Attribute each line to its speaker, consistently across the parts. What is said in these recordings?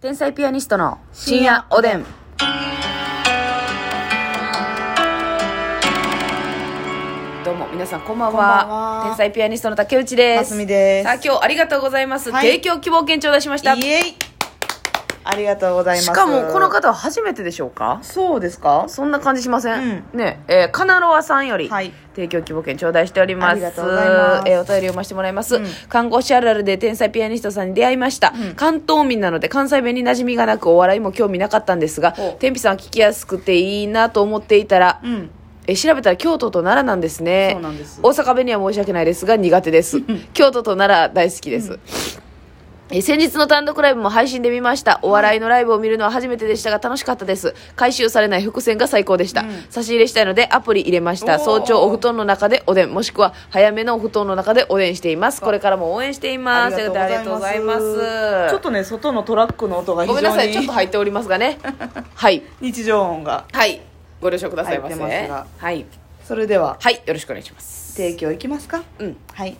Speaker 1: 天才ピアニストの深夜おでん。どうも皆さんこんばんは
Speaker 2: こんばんは
Speaker 1: 天才ピアニストの竹内です。
Speaker 2: ますみです
Speaker 1: さあ今日ありがとうございます。
Speaker 2: はい
Speaker 1: 提供希望券頂戴しました。
Speaker 2: イエイありがとうございます
Speaker 1: しかもこの方は初めてでしょうか。
Speaker 2: そうですか
Speaker 1: そんな感じしません、
Speaker 2: う
Speaker 1: ねえー、カナロアさんより、
Speaker 2: はい
Speaker 1: 提供希望券頂戴しております
Speaker 2: ありがとうございます
Speaker 1: えーお便り読ませてもらいます、
Speaker 2: ん
Speaker 1: 看護師あるあるで天才ピアニストさんに出会いました、関東民なので関西弁に馴染みがなくお笑いも興味なかったんですが
Speaker 2: ほう
Speaker 1: 天日さんは聞きやすくていいなと思っていたら、
Speaker 2: うん
Speaker 1: えー調べたら京都と奈良なんですね
Speaker 2: そうなんです
Speaker 1: 大阪弁には申し訳ないですが苦手 です京都と奈良大好きです、えー先日の単独ライブも配信で見ましたお笑いのライブを見るのは初めてでしたが楽しかったです回収されない伏線が最高でした、差し入れしたいのでアプリ入れました
Speaker 2: おー
Speaker 1: 早朝お布団の中でおでんもしくは早めのお布団の中でおでんしていますこれからも応援していますということでありがとうございます
Speaker 2: ちょっとね外のトラックの音が非
Speaker 1: ごめ
Speaker 2: 常
Speaker 1: ん
Speaker 2: に
Speaker 1: なさいちょっと入っておりますが ねはい
Speaker 2: 日常音が
Speaker 1: はいご了承くださいませ
Speaker 2: 入ってます
Speaker 1: はい、
Speaker 2: それでは
Speaker 1: はい、よろしくお願いします
Speaker 2: 提供いきますか
Speaker 1: うん
Speaker 2: はい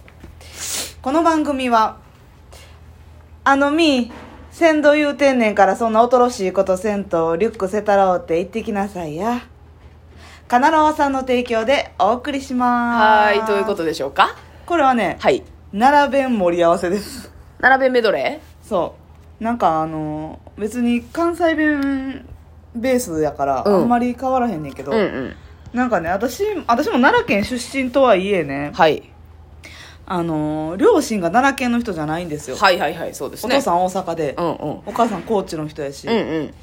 Speaker 2: この番組はあのみー先導言うてんねんからそんなおとろしいことせんとリュックせたろうって言ってきなさいやカナロワさんの提供でお送りしま
Speaker 1: は
Speaker 2: す
Speaker 1: いということでしょうか
Speaker 2: これはね
Speaker 1: はい
Speaker 2: 奈良弁盛り合わせです
Speaker 1: 並べメドレ
Speaker 2: そうなんかあの別に関西弁ベースやから、
Speaker 1: うん
Speaker 2: あんまり変わらへんねんけ
Speaker 1: ー
Speaker 2: ど、
Speaker 1: うんうん
Speaker 2: なんかね私私も奈良県出身とはいえね
Speaker 1: はい
Speaker 2: あの両親が奈良県の人じゃないんですよ、
Speaker 1: はいはいはいそうです
Speaker 2: お
Speaker 1: ね
Speaker 2: 父さん大阪で、
Speaker 1: うんうん
Speaker 2: お母さん高知の人やし、
Speaker 1: うん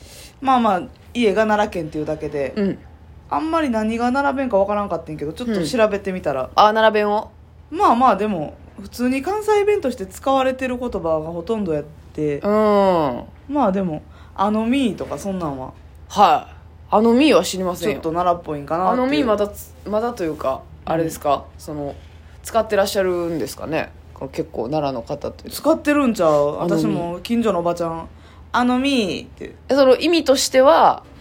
Speaker 2: まあまあ家が奈良県っていうだけで、
Speaker 1: うんうん
Speaker 2: あんまり何が奈良弁かわからんかったんやけどちょっと調べてみたら、
Speaker 1: あ並べんを
Speaker 2: まあまあでも普通に関西弁として使われてる言葉がほとんどやって、
Speaker 1: うんは
Speaker 2: まあでも「あのみー」とかそんなんはい
Speaker 1: あのみーは知りませ
Speaker 2: ち
Speaker 1: ん
Speaker 2: ょ
Speaker 1: よ
Speaker 2: っと奈良っぽいんかな
Speaker 1: あのみーま
Speaker 2: だ
Speaker 1: だつまだというかあれですか、その使ってらっしゃるんですかねこう結構奈良の方って
Speaker 2: 使ってるんちゃう
Speaker 1: あのみー
Speaker 2: 私も近所のおばちゃん「あのみー」って
Speaker 1: えその意味としては
Speaker 2: 「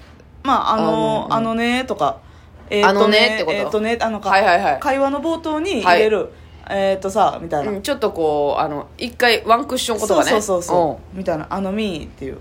Speaker 2: まああの
Speaker 1: あの
Speaker 2: あのね」とか「え
Speaker 1: あのねってこと
Speaker 2: えっとね」あのか、
Speaker 1: はいはいはい
Speaker 2: 会話の冒頭に入れる「えっとさ」みたいな、
Speaker 1: うんちょっとこうあの一回ワンクッション言
Speaker 2: そう
Speaker 1: 葉ね
Speaker 2: そうそうそうみたいな「あのみー」っていう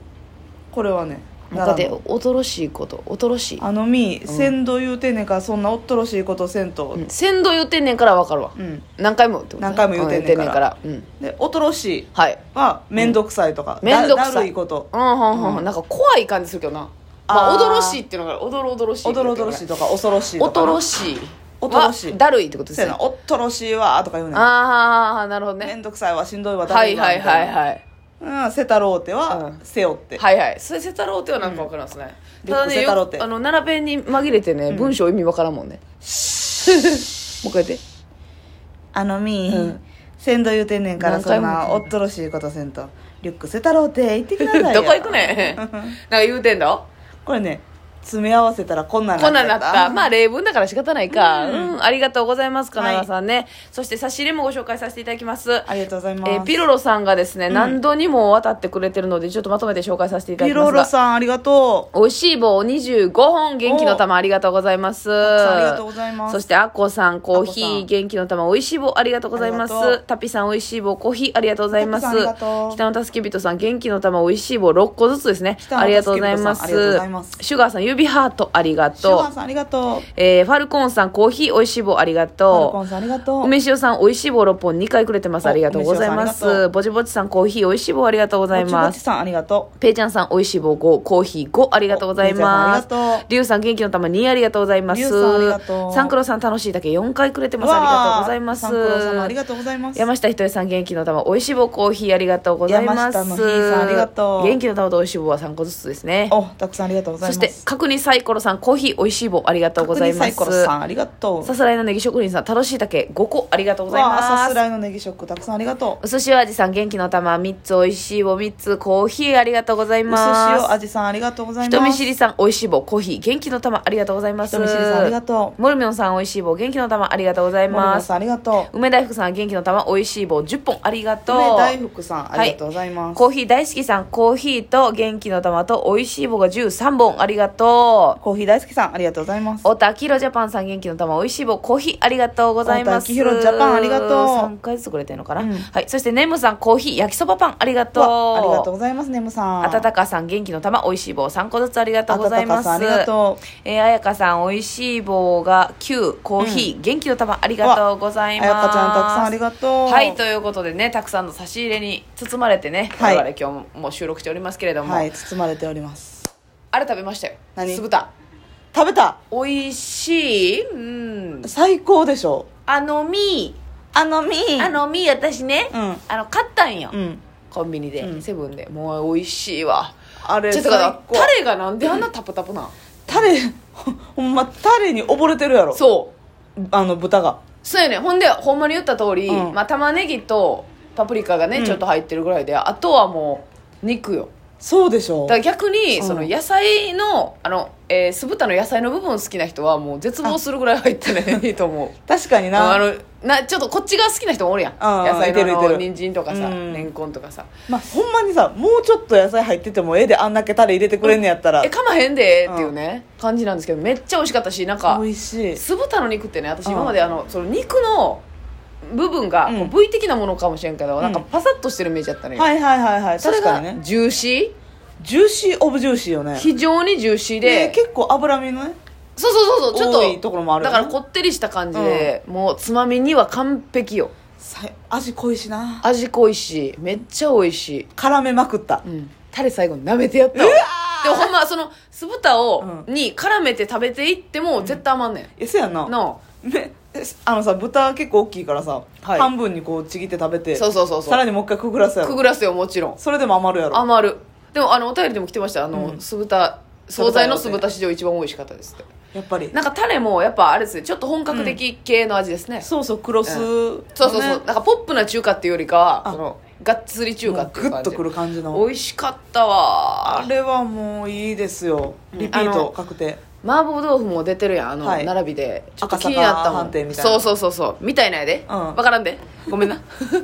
Speaker 2: これはね
Speaker 1: うんなんか
Speaker 2: 奈
Speaker 1: で
Speaker 2: 良の
Speaker 1: 恐ろしいこと恐ろしい
Speaker 2: あのみー先導言うてんねんからそんなおっとろしいことせんと」
Speaker 1: うん先導言ってんねんから分かるわ、
Speaker 2: うん
Speaker 1: 何回もってことね
Speaker 2: 何回も言うてんねんから
Speaker 1: うん言ってんねんから
Speaker 2: で「おとろしい
Speaker 1: うんはい」
Speaker 2: は「めんどくさい」とか「
Speaker 1: 面倒く
Speaker 2: だ
Speaker 1: さ
Speaker 2: だ
Speaker 1: い
Speaker 2: るいこと」
Speaker 1: うんうんうん、
Speaker 2: うん
Speaker 1: なんか怖い感じするけどなまあ、
Speaker 2: あー
Speaker 1: 驚ろしいっていうのがおどろおどろしい
Speaker 2: おどろおどろしいとか恐ろしいとか
Speaker 1: おどろしい
Speaker 2: おどろしい
Speaker 1: はだるいってことで
Speaker 2: そう
Speaker 1: す
Speaker 2: や
Speaker 1: ね
Speaker 2: なおっとろしいわとか言うねん
Speaker 1: ああなるほど
Speaker 2: め
Speaker 1: ね
Speaker 2: んどくさいわしんどいわ
Speaker 1: はいはいはい
Speaker 2: い
Speaker 1: はい
Speaker 2: うんせたろうて
Speaker 1: う
Speaker 2: は
Speaker 1: ん
Speaker 2: 背負って
Speaker 1: はいはいそれせたろうってはなんかわからんですね、
Speaker 2: うん
Speaker 1: ただね
Speaker 2: せたろうって
Speaker 1: よあの奈良弁に紛れてね、文章意味わからん もんねもう一回やって
Speaker 2: あのみ
Speaker 1: うん
Speaker 2: 先導言うてんねんから
Speaker 1: 何
Speaker 2: そ
Speaker 1: 回
Speaker 2: ん
Speaker 1: も
Speaker 2: なおっとろしいことせんとリュックせたろうて行ってきなさいよ
Speaker 1: どこ行くねんなんか言うてんだ
Speaker 2: これね詰め合わせたらこんなん
Speaker 1: こんなんなった。まあ
Speaker 2: あ
Speaker 1: 例文だから仕方ないか。うん、ありがとうございます、金
Speaker 2: は
Speaker 1: 川
Speaker 2: い
Speaker 1: さんね。そして差し入れもご紹介させていただきます。
Speaker 2: ありがとうございます
Speaker 1: えーピロロさんがですね、何度にも渡ってくれてるので、ちょっとまとめて紹介させていただ
Speaker 2: ピ
Speaker 1: きますが。
Speaker 2: ロロさんありがとう
Speaker 1: 美味しい棒25本、元気の玉ありがとうございます。
Speaker 2: たくさんありがとうございます
Speaker 1: そして、アッコさん、コーヒ
Speaker 2: アッコ
Speaker 1: ー、
Speaker 2: さん
Speaker 1: 元気の玉、美味しい棒ありがとうございま
Speaker 2: ありが
Speaker 1: す
Speaker 2: とう。
Speaker 1: タピさん、美味しい棒、コーヒー、ありがとうございます
Speaker 2: タピさんありがと。う
Speaker 1: 北の助け人さん、元気の玉、美味しい棒6個ずつですね。
Speaker 2: 北の
Speaker 1: ありがとうございま
Speaker 2: 助け人さんあ
Speaker 1: す
Speaker 2: りがとうございます。
Speaker 1: シュガーさん、指ハート、ありが
Speaker 2: シュ
Speaker 1: と
Speaker 2: ガ
Speaker 1: う
Speaker 2: ー。さんありがとう
Speaker 1: えーファルコンさん、コーヒー、美味しい棒、ありが
Speaker 2: マルコ
Speaker 1: と
Speaker 2: ンさんありがと
Speaker 1: う。
Speaker 2: う
Speaker 1: 梅塩さん、美味しい棒6本2回くれてます。
Speaker 2: お
Speaker 1: ありがとうございま
Speaker 2: 梅塩さんあ
Speaker 1: す。
Speaker 2: りがとう
Speaker 1: ぼちぼちさん、コーヒー、美味しい棒、ありがとうござい
Speaker 2: ぼち
Speaker 1: ま
Speaker 2: ぼち
Speaker 1: す。
Speaker 2: さんありがとう
Speaker 1: ペイちゃんさん、美味しい棒5、コーヒー5、ありがとうございます
Speaker 2: おペイちゃんさんありがと。う
Speaker 1: リュウさん、元気の玉2、ありがとうございます。
Speaker 2: リュウさんありがとう
Speaker 1: サンクロさん、楽しいだけ4回くれてます。ありがとうございます。
Speaker 2: わあサンクロ様ありがとうございます
Speaker 1: 山下ひとえさん、元気の玉、美味しい棒、コーヒー、ありがとうございます。
Speaker 2: 山下のひーさんありがとう
Speaker 1: 元気の玉と美味しい棒は3個ずつですね。
Speaker 2: おたくさんありがとうござい
Speaker 1: そ
Speaker 2: ます
Speaker 1: して、角煮サイコロさん、コーヒー、美味しい棒、ありがとうございま
Speaker 2: 角煮サイコロ
Speaker 1: す
Speaker 2: さ。んありがとう
Speaker 1: さすらいのネギ職人さん、楽しいだけ5個、ありがとうございます。
Speaker 2: わあさすらいのネギショックたくさんありがとう
Speaker 1: うすしお味さん、元気の玉、3つ、美味しい棒、3つ、コーヒー、ありがとうございうますす。
Speaker 2: しお味さんありがとうございます
Speaker 1: 人見知りさん、美味しい棒、コーヒー、元気の玉、ありがとうございます。
Speaker 2: 人見知りさんありがとう
Speaker 1: モルミョンさん、美味しい棒、元気の玉、ありがとうござい
Speaker 2: モルモ
Speaker 1: ま
Speaker 2: ン
Speaker 1: す。
Speaker 2: さんありがとう
Speaker 1: 梅大福さん、元気の玉、美味しい棒、10本、ありがとう。
Speaker 2: 梅大福さんありがとうございます、
Speaker 1: コーヒー大好きさん、コーヒーと元気の玉と美味しい棒が13本、ありがとう。よ
Speaker 2: コーヒー大好きさん、ありがとうございます。
Speaker 1: おたきひろジャパンさん元気の玉おいしい棒コーヒーありがとうございます
Speaker 2: おたきひろジャパンありがとう
Speaker 1: 3回ずつくれてるのかな、
Speaker 2: うん
Speaker 1: はいそしてネムさんコーヒー焼きそばパンありがとう
Speaker 2: わありがとうございます、ネムさん。
Speaker 1: あたたかさん元気の玉おいしい棒3個ずつありがとうございます
Speaker 2: あたたかさんありがとう
Speaker 1: えー、あやかさんおいしい棒が9コーヒー、元気の玉ありがとうございます
Speaker 2: あやかちゃんたくさんありがとう
Speaker 1: はいということでねたくさんの差し入れに包まれてね、
Speaker 2: はい
Speaker 1: 我々今日も収録しておりますけれども、
Speaker 2: はい、包まれております。
Speaker 1: あれ食べましたよ
Speaker 2: 何
Speaker 1: 酢豚
Speaker 2: 食べた
Speaker 1: おいしいうん
Speaker 2: 最高でしょ
Speaker 1: あのみ
Speaker 2: あのみ
Speaker 1: あのみ私ね、
Speaker 2: うん
Speaker 1: あの買ったんよ、
Speaker 2: うん。
Speaker 1: コンビニで、
Speaker 2: うん
Speaker 1: セブンでもう美味しいわ
Speaker 2: あれ
Speaker 1: ちょっと
Speaker 2: 最
Speaker 1: 待って
Speaker 2: 高。
Speaker 1: タレがなんであんなタプタプなん、
Speaker 2: タレ、ほほんま、タレに溺れてるやろ。
Speaker 1: そう
Speaker 2: あの、豚が。
Speaker 1: そうやねほんでほんまに言った通り、
Speaker 2: うん
Speaker 1: まあ、玉ねぎとパプリカがね、
Speaker 2: うん
Speaker 1: ちょっと入ってるぐらいであとはもう肉よ
Speaker 2: そうでしょ
Speaker 1: だから逆に、
Speaker 2: うん
Speaker 1: その野菜のあの、えー、酢豚の野菜の部分好きな人はもう絶望するぐらい入って ねいいと思う
Speaker 2: 確かにな。
Speaker 1: あのなちょっとこっちが好きな人もおるやん
Speaker 2: あ
Speaker 1: 野菜
Speaker 2: ー
Speaker 1: のあ
Speaker 2: いてるいて
Speaker 1: の
Speaker 2: る
Speaker 1: 人参とかさ、
Speaker 2: うん
Speaker 1: レンコンとかさ
Speaker 2: まあ、ほんまにさもうちょっと野菜入っててもええであんだけタレ入れてくれんねやったら、
Speaker 1: えかまへんでっていうね、感じなんですけどめっちゃ美味しかったしなんか
Speaker 2: 美味しい
Speaker 1: 酢豚の肉ってね私
Speaker 2: うん
Speaker 1: 今まであのその肉の部分が
Speaker 2: うん
Speaker 1: こう部位的なものかもしれんけど、
Speaker 2: ん
Speaker 1: なんかパサッとしてるイメージだったね、
Speaker 2: はいはいはいはい
Speaker 1: それ
Speaker 2: 確か
Speaker 1: が
Speaker 2: にね
Speaker 1: ジューシ
Speaker 2: ジューシーオブジューシーよ
Speaker 1: ー
Speaker 2: ね
Speaker 1: 非常にジューシー
Speaker 2: で
Speaker 1: で、
Speaker 2: 結構脂身のね
Speaker 1: そうそうそうそうちょっと
Speaker 2: 多いところもあるよ
Speaker 1: だ
Speaker 2: ね
Speaker 1: からこってりした感じで、もうつまみには完璧よ
Speaker 2: さ味濃いしな
Speaker 1: 味濃いしめっちゃ美味しい、
Speaker 2: 絡めまくった、
Speaker 1: うん、タレ最後舐めてやったわでもほんまその酢豚を、
Speaker 2: う
Speaker 1: に絡めて食べていっても絶対余んねん、
Speaker 2: えそやな
Speaker 1: の
Speaker 2: めえあのさ豚結構大きいからさ、
Speaker 1: はい
Speaker 2: 半分にこうちぎって食べて
Speaker 1: そうそうそうそう
Speaker 2: さらにもう一回くぐらすや
Speaker 1: く
Speaker 2: ろ
Speaker 1: ぐらすよもちろん
Speaker 2: それでも余るやろ
Speaker 1: 余るでもあのお便りでも来てましたあの、
Speaker 2: うん
Speaker 1: 酢豚惣菜の酢豚史上一番美味しかったですって
Speaker 2: やっぱり
Speaker 1: なんかタレもやっぱあれですねちょっと本格的系の味ですね、
Speaker 2: そうそうクロス、
Speaker 1: そうそうそう、
Speaker 2: ね
Speaker 1: なんかポップな中華っていうよりかは
Speaker 2: あ
Speaker 1: そのがっつり中華っていう
Speaker 2: もうグッ
Speaker 1: 感
Speaker 2: と
Speaker 1: じ
Speaker 2: くる感じの
Speaker 1: 美味しかったわ
Speaker 2: あれはもういいですよ
Speaker 1: うん
Speaker 2: リピート確定
Speaker 1: 麻婆豆腐も出てるやんあの、
Speaker 2: はい
Speaker 1: 並びでちょっと気になったも
Speaker 2: 赤坂飯店
Speaker 1: ん
Speaker 2: みたいな
Speaker 1: そうそうそうそうみたいなやで、
Speaker 2: うん
Speaker 1: わからんでご めんな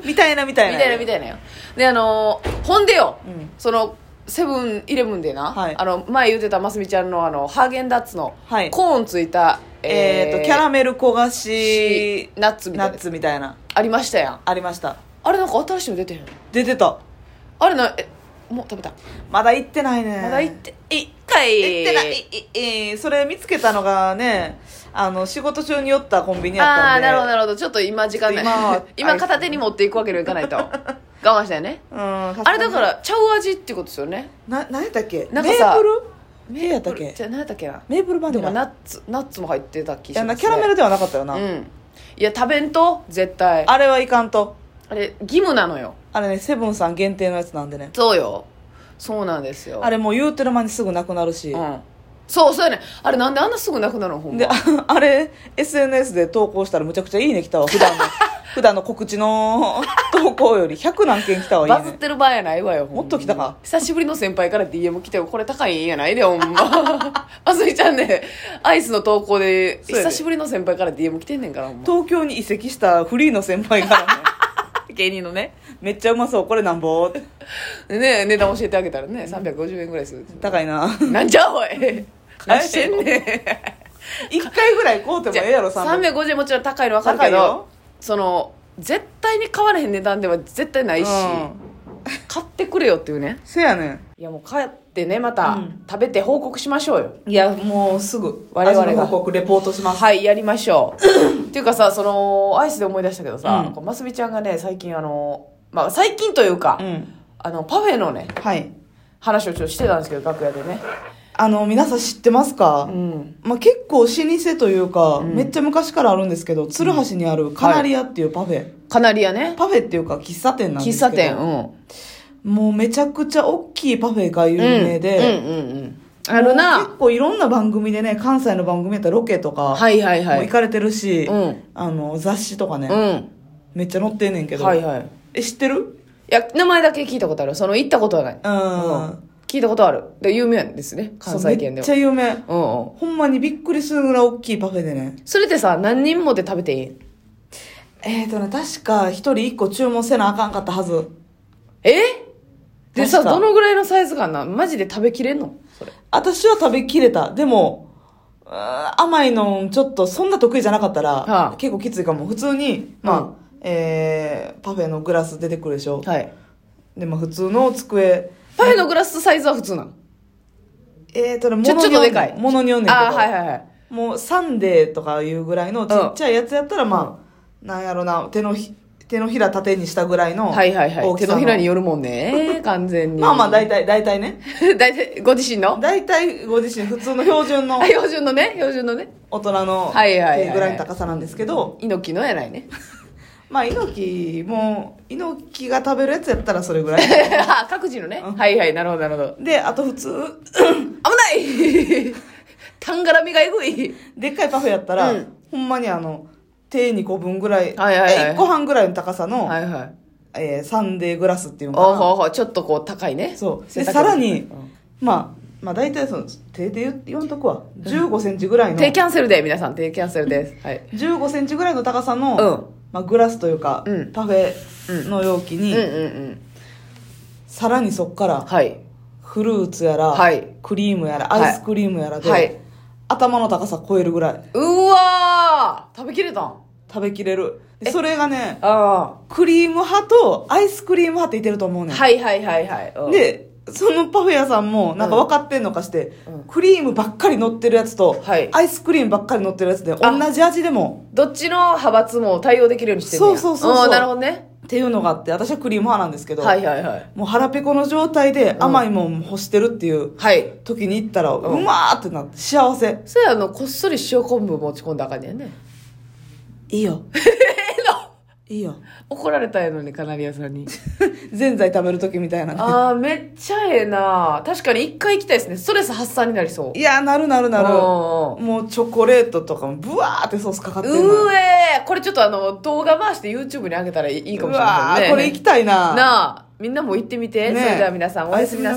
Speaker 2: みたいなみたいな
Speaker 1: みたいなみたいなよであのーほんでよ、
Speaker 2: うん
Speaker 1: そのセブンイレブンでな、
Speaker 2: はい
Speaker 1: あの前言ってたますみちゃんのあのハーゲンダッツの
Speaker 2: はい
Speaker 1: コーンついた、
Speaker 2: えー、とキャラメル焦がし
Speaker 1: ナッツみたいな
Speaker 2: ナッ
Speaker 1: やつ
Speaker 2: ツみたいな
Speaker 1: ありましたやん
Speaker 2: ありました
Speaker 1: あれなんか新しいの出てへん
Speaker 2: 出てた
Speaker 1: あれなえもう食べた
Speaker 2: まだ行ってないね
Speaker 1: まだ行って一回
Speaker 2: 行ってないいいいそれ見つけたのがねあの仕事中に寄ったコンビニやったんで
Speaker 1: ああーなるほどなるほどちょっと今時間ない
Speaker 2: ちょっと今は
Speaker 1: 今片手に持っていくわけにはいかないと我慢したよね
Speaker 2: うん
Speaker 1: あれだからちゃう味ってことですよね
Speaker 2: な何やったっけ
Speaker 1: なんか
Speaker 2: メ
Speaker 1: さ
Speaker 2: ープルメーやったっけ
Speaker 1: じゃあ何やったっけな
Speaker 2: メープルバニ
Speaker 1: で
Speaker 2: ラ
Speaker 1: もナッツナッツも入ってた気
Speaker 2: い
Speaker 1: し
Speaker 2: や
Speaker 1: ま
Speaker 2: な
Speaker 1: す、ね、
Speaker 2: キャラメルではなかったよな、
Speaker 1: うんいや食べんと絶対あ
Speaker 2: あれはいかんと
Speaker 1: れ義務なのよ
Speaker 2: あれねセブンさん限定のやつなんでね
Speaker 1: そうよそうなんですよ
Speaker 2: あ
Speaker 1: れ
Speaker 2: れもう言うてる間にすぐなくなるし、
Speaker 1: うんそうそうやねあれなんであんなすぐなくなるのほんま
Speaker 2: でああれ SNS で投稿したらむちゃくちゃ「いいね」来たわ普段 の普段の告知の投稿より100何件来たわい
Speaker 1: バ
Speaker 2: い
Speaker 1: ズっ
Speaker 2: ね
Speaker 1: てる場合やないわよほんま
Speaker 2: もっと来たか
Speaker 1: 久しぶりの先輩から DM 来てこれ高いんやないで ほんまあすみちゃんねアイスの投稿で
Speaker 2: そうやで
Speaker 1: 久しぶりの先輩から DM 来てんねんからほんま
Speaker 2: 東京に移籍したフリーの先輩 からね
Speaker 1: 芸人のね
Speaker 2: めっちゃうまそうこれなんぼって
Speaker 1: でね値段教えてあげたらね350円ぐらいする
Speaker 2: 高い な
Speaker 1: なんじゃおい返してんねん
Speaker 2: 1回ぐらい買うてもええやろ300
Speaker 1: 350円もちろん高いの分かるけ
Speaker 2: 高いよ
Speaker 1: どその絶対に買われへん値段では絶対ないし、
Speaker 2: うん
Speaker 1: 買ってくれよっていうね
Speaker 2: せやね
Speaker 1: いやもう帰ってねまた
Speaker 2: うん
Speaker 1: 食べて報告しましょうよ、
Speaker 2: んいやもうすぐ
Speaker 1: 我々が
Speaker 2: 味の報告レポートします
Speaker 1: はいやりましょう っていうかさそのアイスで思い出したけどさ、
Speaker 2: うん
Speaker 1: こうますみちゃんがね最近あのまあ最近というか、
Speaker 2: うん
Speaker 1: あのパフェのね
Speaker 2: はい
Speaker 1: 話をちょっとしてたんですけど楽屋でね
Speaker 2: あの皆さん知ってますか、
Speaker 1: うん
Speaker 2: まあ、結構老舗というか、
Speaker 1: うん
Speaker 2: めっちゃ昔からあるんですけど鶴橋にあるカナリアっていうパフェ、
Speaker 1: カナリアね
Speaker 2: パフェっていうか喫茶店なんで
Speaker 1: 喫
Speaker 2: すけど
Speaker 1: 茶店うん
Speaker 2: もうめちゃくちゃ大きいパフェが有名で、
Speaker 1: うんうんうんうんある
Speaker 2: もう
Speaker 1: な
Speaker 2: 結構いろんな番組でね関西の番組やったらロケとか、
Speaker 1: はいはいは
Speaker 2: もう
Speaker 1: い
Speaker 2: 行かれてるし、
Speaker 1: うん
Speaker 2: あの雑誌とかね、
Speaker 1: う
Speaker 2: めっちゃ載ってんねんけ
Speaker 1: ん
Speaker 2: ど、
Speaker 1: はいはい
Speaker 2: え知ってる
Speaker 1: いや名前だけ聞いたことあるその行ったことはない、
Speaker 2: うん
Speaker 1: 聞いたことあるで有名なんですね関西圏では
Speaker 2: そうめっちゃ有
Speaker 1: うんう
Speaker 2: 名
Speaker 1: ん
Speaker 2: ほんまにびっくりするぐらい大きいパフェでね
Speaker 1: それってさ何人もで食べていい
Speaker 2: えーとね確か一人一個注文せなあかんかったはず
Speaker 1: えで
Speaker 2: マジ
Speaker 1: さ、
Speaker 2: か
Speaker 1: どのぐらいのサイズ感なんマジで食べきれんのそれ。
Speaker 2: 私は食べきれた。でも、うーん甘いの、ちょっと、そんな得意じゃなかったら、
Speaker 1: はあ
Speaker 2: 結構きついかも。普通に、まあ、
Speaker 1: うん
Speaker 2: えー、パフェのグラス出てくるでしょ。
Speaker 1: はい。
Speaker 2: で、まあ、普通の机。
Speaker 1: パフェのグラスサイズは普通なの
Speaker 2: えーとね、
Speaker 1: ちょ
Speaker 2: 物
Speaker 1: ちょっ
Speaker 2: によ
Speaker 1: とで
Speaker 2: んねん
Speaker 1: かい。
Speaker 2: 物によんねんけど。
Speaker 1: あーはいはいはい。
Speaker 2: もう、サンデーとかいうぐらいのちっちゃいやつやったら、まあ、なんやろな、手のひ、手のひら縦にしたぐらいの
Speaker 1: はいはいはい。
Speaker 2: 大き
Speaker 1: 手
Speaker 2: さ
Speaker 1: の
Speaker 2: の。
Speaker 1: ひらによるもん ね。完全に。
Speaker 2: まあまあ、大
Speaker 1: 体。
Speaker 2: 体、大体ね。
Speaker 1: 大体、 ご自身の
Speaker 2: 大体、ご自身、普通の標準の
Speaker 1: あ、標準のね。標準のね。
Speaker 2: 大人の
Speaker 1: はいはいはいはい
Speaker 2: 手ぐらいの高さなんですけど、
Speaker 1: 猪木のやない ね。
Speaker 2: まあ、猪木も、猪木が食べるやつやったらそれ ぐらい。
Speaker 1: あ各自のね。はいはい。なるほどなるほど。
Speaker 2: で、あと普通、
Speaker 1: 危ない タンガラミがえぐい。
Speaker 2: でっかいパフェやったら、
Speaker 1: うん
Speaker 2: ほんまにあの、手2個分ぐらい、
Speaker 1: はいはいはい
Speaker 2: 1個半ぐらいの高さの、
Speaker 1: はいはい。
Speaker 2: えーサンデーグラスっていうの
Speaker 1: おう
Speaker 2: か
Speaker 1: ほ
Speaker 2: な。
Speaker 1: うほう。ちょっとこう高いね。
Speaker 2: そう。
Speaker 1: 背
Speaker 2: で、
Speaker 1: 丈
Speaker 2: さらに
Speaker 1: うん、
Speaker 2: まあ、まあ大体その、手で言う言わんとくわ。15センチぐらいの、
Speaker 1: 低キャンセルで、皆さん。低キャンセルです。はい。
Speaker 2: 15センチぐらいの高さの、
Speaker 1: うん
Speaker 2: まあグラスというか、
Speaker 1: うん
Speaker 2: パフェの容器
Speaker 1: うん
Speaker 2: に、
Speaker 1: うんうん。
Speaker 2: さらにそっから、
Speaker 1: はい。
Speaker 2: フルーツやら、
Speaker 1: はい
Speaker 2: クリームやら、
Speaker 1: はい
Speaker 2: アイスクリームやらで、
Speaker 1: はい
Speaker 2: 頭の高さ超えるぐらいう
Speaker 1: わー食べきれたん
Speaker 2: 食べきれる。でそれがね、
Speaker 1: あ
Speaker 2: クリーム派とアイスクリーム派っていてると思う
Speaker 1: あ。
Speaker 2: ねん。
Speaker 1: はいはいはいはい。うん、
Speaker 2: で、そのパフェ屋さんもなんか分かってんのかして、クリームばっかり乗ってるやつと、
Speaker 1: はい
Speaker 2: アイスクリームばっかり乗ってるやつで、同じ味でも、
Speaker 1: どっちの派閥も対応できるようにしてんねや
Speaker 2: そうそうそうそう
Speaker 1: うんなるほどね。
Speaker 2: っていうのがあって、私はクリーム派なんですけど、
Speaker 1: はいはいはい。
Speaker 2: もう腹ペコの状態で甘いもん欲してるっていう
Speaker 1: はい。
Speaker 2: 時に行ったら、うまーってなって、幸せ。
Speaker 1: それあの、こっそり塩昆布持ち込んだらあかんねんね。
Speaker 2: い いよ。いいよ。
Speaker 1: 怒られたやのに、カナリアさんに。
Speaker 2: ぜんざい食べる時みたいな。
Speaker 1: ああ、めっちゃええな確かに一回行きたいですね。ストレス発散になりそう。
Speaker 2: いやー、なるなるなる。
Speaker 1: うん
Speaker 2: もうチョコレートとかもブワーってソースかかってるのよ
Speaker 1: うえーこれちょっとあの、動画回して YouTube に上げたらいいかもしれないね。
Speaker 2: うわーこれ行きたいな。
Speaker 1: なあ、みんなも行ってみて。
Speaker 2: ねえ
Speaker 1: それでは皆さん、おやすみなさい。